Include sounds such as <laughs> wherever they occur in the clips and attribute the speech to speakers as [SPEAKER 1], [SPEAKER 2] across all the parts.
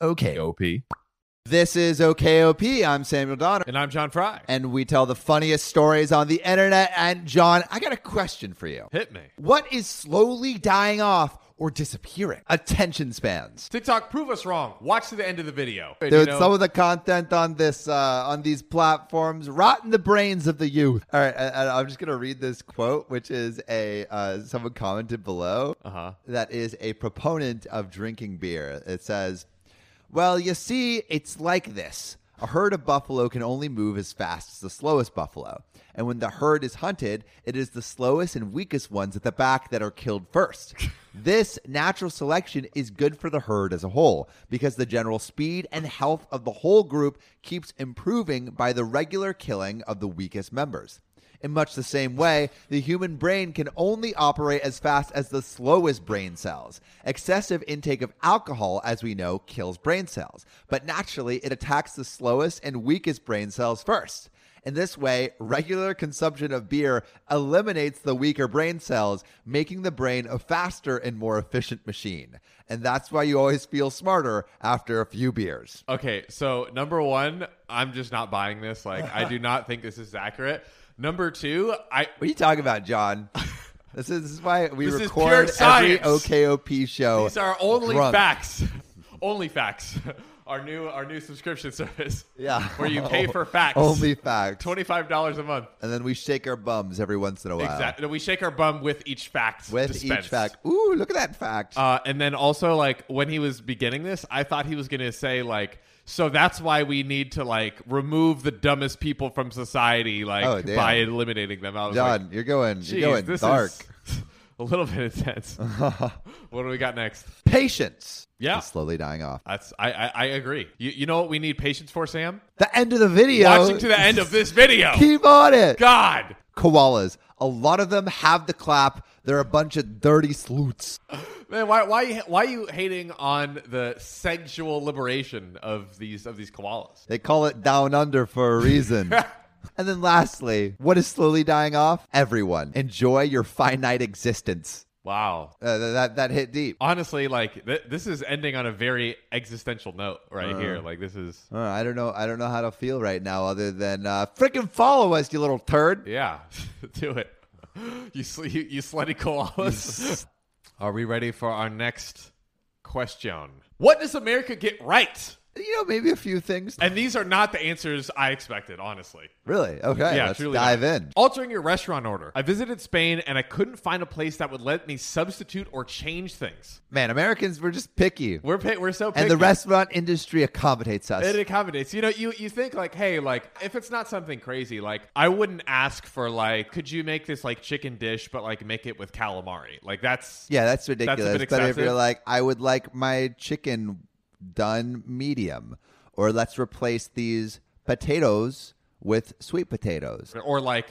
[SPEAKER 1] Okay.
[SPEAKER 2] OP.
[SPEAKER 1] This is OKOP. I'm Samuel Donner.
[SPEAKER 2] And I'm John Fry.
[SPEAKER 1] And we tell the funniest stories on the internet. And John, I got a question for you.
[SPEAKER 2] Hit me.
[SPEAKER 1] What is slowly dying off or disappearing? Attention spans.
[SPEAKER 2] TikTok, prove us wrong. Watch to the end of the video. And,
[SPEAKER 1] Dude,
[SPEAKER 2] you know,
[SPEAKER 1] some of the content on this uh, on these platforms rotten the brains of the youth. All right, and- and I'm just gonna read this quote, which is a uh, someone commented below
[SPEAKER 2] Uh-huh.
[SPEAKER 1] that is a proponent of drinking beer. It says, "Well, you see, it's like this: a herd of buffalo can only move as fast as the slowest buffalo, and when the herd is hunted, it is the slowest and weakest ones at the back that are killed first. This natural selection is good for the herd as a whole because the general speed and health of the whole group keeps improving by the regular killing of the weakest members. In much the same way, the human brain can only operate as fast as the slowest brain cells. Excessive intake of alcohol, as we know, kills brain cells, but naturally it attacks the slowest and weakest brain cells first. In this way, regular consumption of beer eliminates the weaker brain cells, making the brain a faster and more efficient machine. And that's why you always feel smarter after a few beers.
[SPEAKER 2] Okay, so number one, I'm just not buying this. Like, I do not think this is accurate. Number two, I
[SPEAKER 1] What are you talking about,
[SPEAKER 2] <laughs>
[SPEAKER 1] John? This is, this is why we
[SPEAKER 2] This is
[SPEAKER 1] record
[SPEAKER 2] pure
[SPEAKER 1] every
[SPEAKER 2] science.
[SPEAKER 1] OKOP show.
[SPEAKER 2] these are only
[SPEAKER 1] drunk.
[SPEAKER 2] facts. <laughs> only facts. <laughs> Our new our new subscription service.
[SPEAKER 1] Yeah.
[SPEAKER 2] Where you pay
[SPEAKER 1] <laughs>
[SPEAKER 2] for facts.
[SPEAKER 1] Only facts.
[SPEAKER 2] twenty five dollars a month.
[SPEAKER 1] and then we shake our bums every once in a while.
[SPEAKER 2] Exactly. We shake our bum with each fact.
[SPEAKER 1] With
[SPEAKER 2] dispensed.
[SPEAKER 1] each fact. Ooh, look at that fact.
[SPEAKER 2] Uh, and then also, like when he was beginning this, I thought he was going to say like, "So that's why we need to like remove the dumbest people from society, like
[SPEAKER 1] Oh, damn.
[SPEAKER 2] by eliminating them." I was
[SPEAKER 1] John,
[SPEAKER 2] like,
[SPEAKER 1] you're going
[SPEAKER 2] "Geez,
[SPEAKER 1] you're going
[SPEAKER 2] this
[SPEAKER 1] dark.
[SPEAKER 2] is <laughs> a little
[SPEAKER 1] <laughs>
[SPEAKER 2] bit intense." what do we got next?
[SPEAKER 1] Patience.
[SPEAKER 2] Yeah.
[SPEAKER 1] Is slowly dying off.
[SPEAKER 2] That's I I, I agree. You, you know what we need patience for, Sam?
[SPEAKER 1] The end of the video.
[SPEAKER 2] Watching to the end of this video.
[SPEAKER 1] <laughs> Keep on it.
[SPEAKER 2] God,
[SPEAKER 1] Koalas. A lot of them have the clap. They're a bunch of dirty sleuths.
[SPEAKER 2] man, why why you- why are you hating on the sexual liberation of these of these koalas?
[SPEAKER 1] They call it down under for a
[SPEAKER 2] <laughs>
[SPEAKER 1] reason. and then lastly, what is slowly dying off? Everyone. Enjoy your finite existence.
[SPEAKER 2] Wow,
[SPEAKER 1] Uh, th- that, that hit deep.
[SPEAKER 2] honestly like th- this is ending on a very existential note right here like this is
[SPEAKER 1] Uh, I don't know. I don't know how to feel right now, other than uh, freaking follow us, you little turd.
[SPEAKER 2] yeah <laughs> do it you sl- you, you slutty <laughs> koalas are we ready for our next question what does america get right
[SPEAKER 1] You know, maybe a few things.
[SPEAKER 2] and these are not the answers i expected honestly
[SPEAKER 1] Really? Okay.
[SPEAKER 2] yeah
[SPEAKER 1] let's
[SPEAKER 2] truly
[SPEAKER 1] dive
[SPEAKER 2] not.
[SPEAKER 1] in.
[SPEAKER 2] altering your restaurant order i visited spain and i couldn't find a place that would let me substitute or change things
[SPEAKER 1] Man, Americans were just picky,
[SPEAKER 2] we're pa- we're so
[SPEAKER 1] and the
[SPEAKER 2] picky.
[SPEAKER 1] restaurant industry accommodates us.
[SPEAKER 2] It accommodates. You know, you you think like, hey, like if it's not something crazy, like I wouldn't ask for like, could you make this like chicken dish, but like make it with calamari? Like that's
[SPEAKER 1] yeah, that's ridiculous.
[SPEAKER 2] bit
[SPEAKER 1] but if
[SPEAKER 2] excessive.
[SPEAKER 1] you're like, I would like my chicken done medium, or let's replace these potatoes with sweet potatoes.
[SPEAKER 2] or like,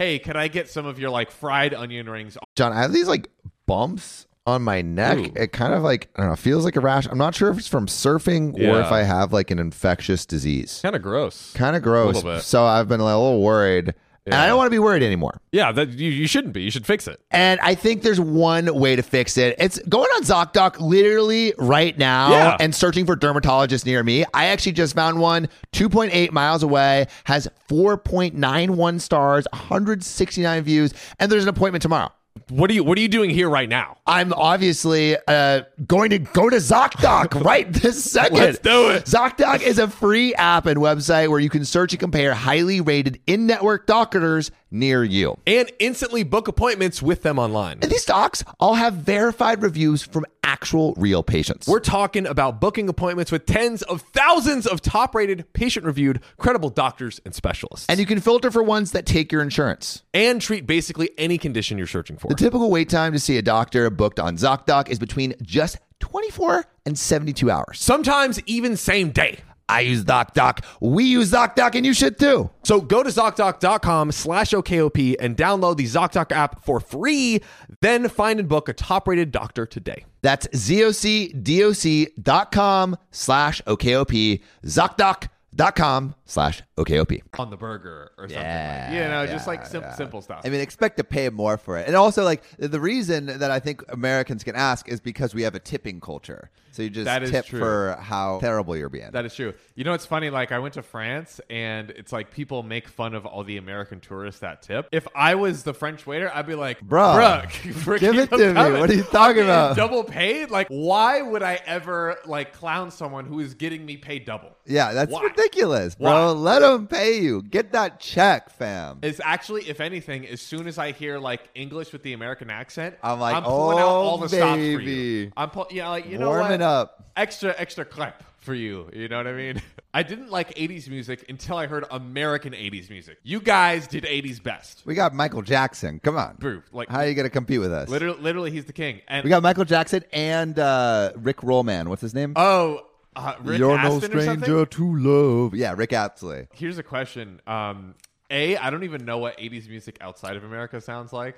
[SPEAKER 2] hey, can I get some of your like fried onion rings?
[SPEAKER 3] John, I have these like bumps on my neck.
[SPEAKER 2] Ooh.
[SPEAKER 3] It kind of like I don't know, feels like a rash. I'm not sure if it's from surfing or
[SPEAKER 2] Yeah.
[SPEAKER 3] if I have like an infectious disease.
[SPEAKER 2] Kind of gross.
[SPEAKER 3] Kind of gross.
[SPEAKER 2] Little bit.
[SPEAKER 3] So I've been a little worried. And I don't want to be worried anymore.
[SPEAKER 2] Yeah, that you, you shouldn't be. You should fix it.
[SPEAKER 3] And I think there's one way to fix it. It's going on ZocDoc literally right now
[SPEAKER 2] Yeah.
[SPEAKER 3] and searching for dermatologists near me. I actually just found one 2.8 miles away, has 4.91 stars, 169 views, and there's an appointment tomorrow.
[SPEAKER 2] What are you What are you doing here right now?
[SPEAKER 3] I'm obviously uh, going to go to ZocDoc <laughs> right this second.
[SPEAKER 2] Let's do it.
[SPEAKER 3] ZocDoc is a free app and website where you can search and compare highly rated in network doctors near you.
[SPEAKER 2] And instantly book appointments with them online.
[SPEAKER 3] And these docs all have verified reviews from actual real patients.
[SPEAKER 2] We're talking about booking appointments with tens of thousands of top-rated, patient-reviewed, credible doctors and specialists.
[SPEAKER 3] and you can filter for ones that take your insurance.
[SPEAKER 2] and treat basically any condition you're searching for.
[SPEAKER 3] The typical wait time to see a doctor booked on ZocDoc is between just 24 and 72 hours.
[SPEAKER 2] Sometimes even same day.
[SPEAKER 3] I use ZocDoc. We use ZocDoc, and you should too.
[SPEAKER 2] So go to ZocDoc.com slash OKOP and download the ZocDoc app for free. Then find and book a top rated doctor today.
[SPEAKER 3] That's zocdoc.com slash OKOP, zocdoc.com slash OKOP.
[SPEAKER 2] on the burger or something.
[SPEAKER 1] Yeah,
[SPEAKER 2] like, you know, just like sim-
[SPEAKER 1] yeah.
[SPEAKER 2] simple stuff.
[SPEAKER 1] I mean, expect to pay more for it. And also, like, the reason that I think Americans can ask is because we have a tipping culture. So you just
[SPEAKER 2] That is
[SPEAKER 1] tip
[SPEAKER 2] true.
[SPEAKER 1] for how terrible you're being.
[SPEAKER 2] That is true. You know, it's funny. Like, I went to France, and it's like people make fun of all the American tourists that tip. If I was the French waiter, I'd be like,
[SPEAKER 1] Bruh,
[SPEAKER 2] bruh <laughs>
[SPEAKER 1] give it
[SPEAKER 2] keep
[SPEAKER 1] to me.
[SPEAKER 2] coming.
[SPEAKER 1] What are you talking
[SPEAKER 2] I'm getting
[SPEAKER 1] about?"
[SPEAKER 2] Double paid? Like, why would I ever like clown someone who is getting me paid double?
[SPEAKER 1] yeah, that's
[SPEAKER 2] Why?
[SPEAKER 1] ridiculous, bro. Let them pay you. Get that check, fam.
[SPEAKER 2] It's actually, if anything, as soon as I hear like English with the American accent,
[SPEAKER 1] I'm like,
[SPEAKER 2] pulling out all
[SPEAKER 1] "Oh,
[SPEAKER 2] the stops for you.
[SPEAKER 1] baby.
[SPEAKER 2] I'm pull- yeah, like you know
[SPEAKER 1] Warm
[SPEAKER 2] what?
[SPEAKER 1] it up.
[SPEAKER 2] extra extra clap for you. You know what I mean? <laughs> I didn't like 80s music until I heard American 80s music. You guys did 80s best.
[SPEAKER 1] We got Michael Jackson. Come on.
[SPEAKER 2] Bro, like
[SPEAKER 1] How are you going to compete with us?
[SPEAKER 2] literally, literally, he's the king. And
[SPEAKER 1] We got Michael Jackson and uh, Rick Rollman. What's his name?
[SPEAKER 2] oh, uh, Rick
[SPEAKER 1] You're
[SPEAKER 2] Aston
[SPEAKER 1] no
[SPEAKER 2] or
[SPEAKER 1] stranger
[SPEAKER 2] something.
[SPEAKER 1] to love. Yeah, Rick Astley.
[SPEAKER 2] Here's a question. Um, a, I don't even know what 80s music outside of America sounds like.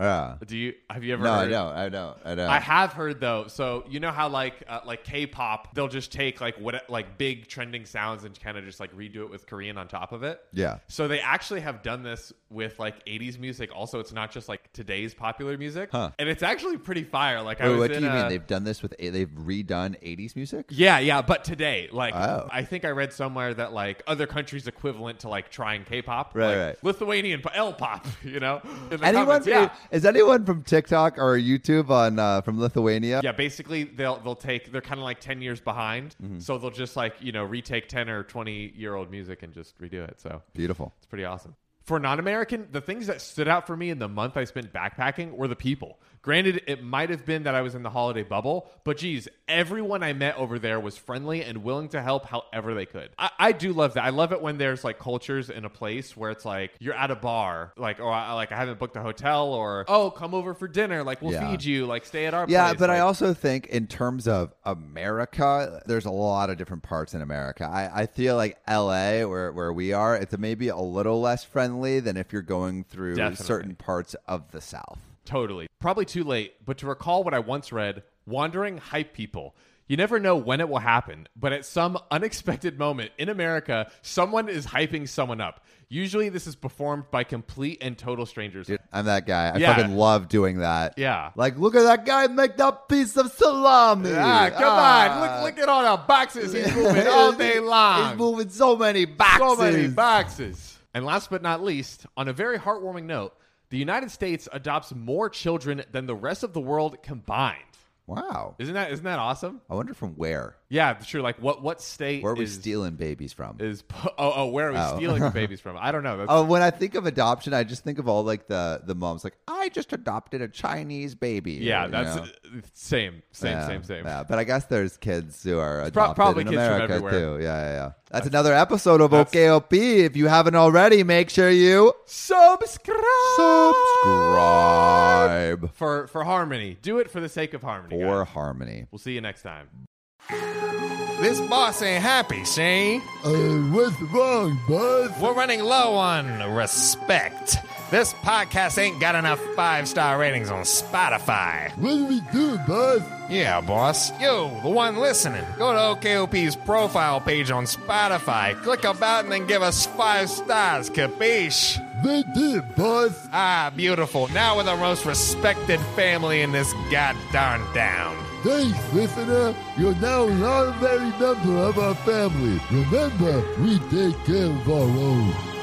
[SPEAKER 1] Yeah.
[SPEAKER 2] Do you? Have you ever?
[SPEAKER 1] No, I
[SPEAKER 2] heard?
[SPEAKER 1] don't. I don't. I don't.
[SPEAKER 2] I have heard though. So you know how like uh, like K-pop, they'll just take like what like big trending sounds and kind of just like redo it with Korean on top of it.
[SPEAKER 1] Yeah.
[SPEAKER 2] So they actually have done this with like 80s music. Also, it's not just like today's popular music,
[SPEAKER 1] Huh.
[SPEAKER 2] and it's actually pretty fire. Like I
[SPEAKER 1] Wait,
[SPEAKER 2] was
[SPEAKER 1] what do
[SPEAKER 2] in
[SPEAKER 1] you mean?
[SPEAKER 2] a-
[SPEAKER 1] They've done this with, a- they've redone 80s music?
[SPEAKER 2] yeah, yeah, but today, like,
[SPEAKER 1] Oh.
[SPEAKER 2] I think I read somewhere that like other countries equivalent to like trying K-pop,
[SPEAKER 1] Right,
[SPEAKER 2] like,
[SPEAKER 1] right.
[SPEAKER 2] Lithuanian L pop, <laughs> you know. In the
[SPEAKER 1] Anyone?
[SPEAKER 2] comments, yeah.
[SPEAKER 1] Is anyone from TikTok or YouTube on uh, from Lithuania?
[SPEAKER 2] Yeah, basically they'll they'll take they're kind of like ten years behind,
[SPEAKER 1] Mm-hmm.
[SPEAKER 2] so they'll just like you know retake ten or twenty year old music and just redo it. So
[SPEAKER 1] Beautiful.
[SPEAKER 2] it's pretty awesome. For non-American, the things that stood out for me in the month I spent backpacking were the people. Granted, it might have been that I was in the holiday bubble, but geez, everyone I met over there was friendly and willing to help however they could. I, I do love that. I love it when there's like cultures in a place where it's like you're at a bar, like or I, like I haven't booked a hotel, or oh come over for dinner, like we'll
[SPEAKER 1] Yeah.
[SPEAKER 2] feed you, like stay at our
[SPEAKER 1] Yeah,
[SPEAKER 2] place.
[SPEAKER 1] but I
[SPEAKER 2] like-
[SPEAKER 1] also think in terms of America, there's a lot of different parts in America. I, I feel like LA, where, where we are, it's maybe a little less friendly than if you're going through
[SPEAKER 2] Definitely.
[SPEAKER 1] certain parts of the South.
[SPEAKER 2] Totally. Probably too late, but to recall what I once read wandering hype people. You never know when it will happen, but at some unexpected moment in America, someone is hyping someone up. Usually, this is performed by complete and total strangers.
[SPEAKER 1] Dude, I'm that guy. I
[SPEAKER 2] Yeah.
[SPEAKER 1] fucking love doing that.
[SPEAKER 2] Yeah.
[SPEAKER 1] Like, look at that guy make that piece of salami.
[SPEAKER 2] Ah, come
[SPEAKER 1] Ah.
[SPEAKER 2] on. Look, look at all the boxes he's
[SPEAKER 1] <laughs>
[SPEAKER 2] <laughs> moving all day long.
[SPEAKER 1] He's moving so many boxes.
[SPEAKER 2] So many boxes. And last but not least, on a very heartwarming note, the United States adopts more children than the rest of the world combined.
[SPEAKER 1] Wow.
[SPEAKER 2] Isn't that isn't that awesome?
[SPEAKER 1] I wonder from where.
[SPEAKER 2] Yeah, sure. Like what what state
[SPEAKER 1] Where are we
[SPEAKER 2] is
[SPEAKER 1] stealing babies from?
[SPEAKER 2] is po- oh oh where are we
[SPEAKER 1] Oh. <laughs>
[SPEAKER 2] stealing the babies from? I don't know. That's,
[SPEAKER 1] Oh, when I think of adoption, I just think of all like the the moms like I just adopted a Chinese baby.
[SPEAKER 2] yeah,
[SPEAKER 1] you
[SPEAKER 2] that's
[SPEAKER 1] know?
[SPEAKER 2] uh, same same
[SPEAKER 1] Yeah,
[SPEAKER 2] same same.
[SPEAKER 1] Yeah, but I guess there's kids who are adopted
[SPEAKER 2] prob- probably
[SPEAKER 1] in
[SPEAKER 2] kids from
[SPEAKER 1] America
[SPEAKER 2] everywhere.
[SPEAKER 1] too. Yeah, yeah, yeah. That's, another episode of
[SPEAKER 2] that's-
[SPEAKER 1] OKOP. If you haven't already, make sure you
[SPEAKER 2] Subscribe
[SPEAKER 1] subscribe
[SPEAKER 2] for for harmony. Do it for the sake of harmony.
[SPEAKER 1] for
[SPEAKER 2] guys.
[SPEAKER 1] Harmony.
[SPEAKER 2] We'll see you next time.
[SPEAKER 4] This boss ain't happy, see?
[SPEAKER 1] Uh, what's wrong, bud?
[SPEAKER 4] We're running low on respect. This podcast ain't got enough five star ratings on Spotify.
[SPEAKER 1] What do we do, bud?
[SPEAKER 4] Yeah, boss. Yo, the one listening, go to OKOP's profile page on Spotify, click about, and then give us five stars, capiche?
[SPEAKER 1] They did, bud.
[SPEAKER 4] Ah, beautiful. Now we're the most respected family in this goddamn town.
[SPEAKER 1] Thanks, listener. You're now an honorary member of our family. Remember, we take care of our own.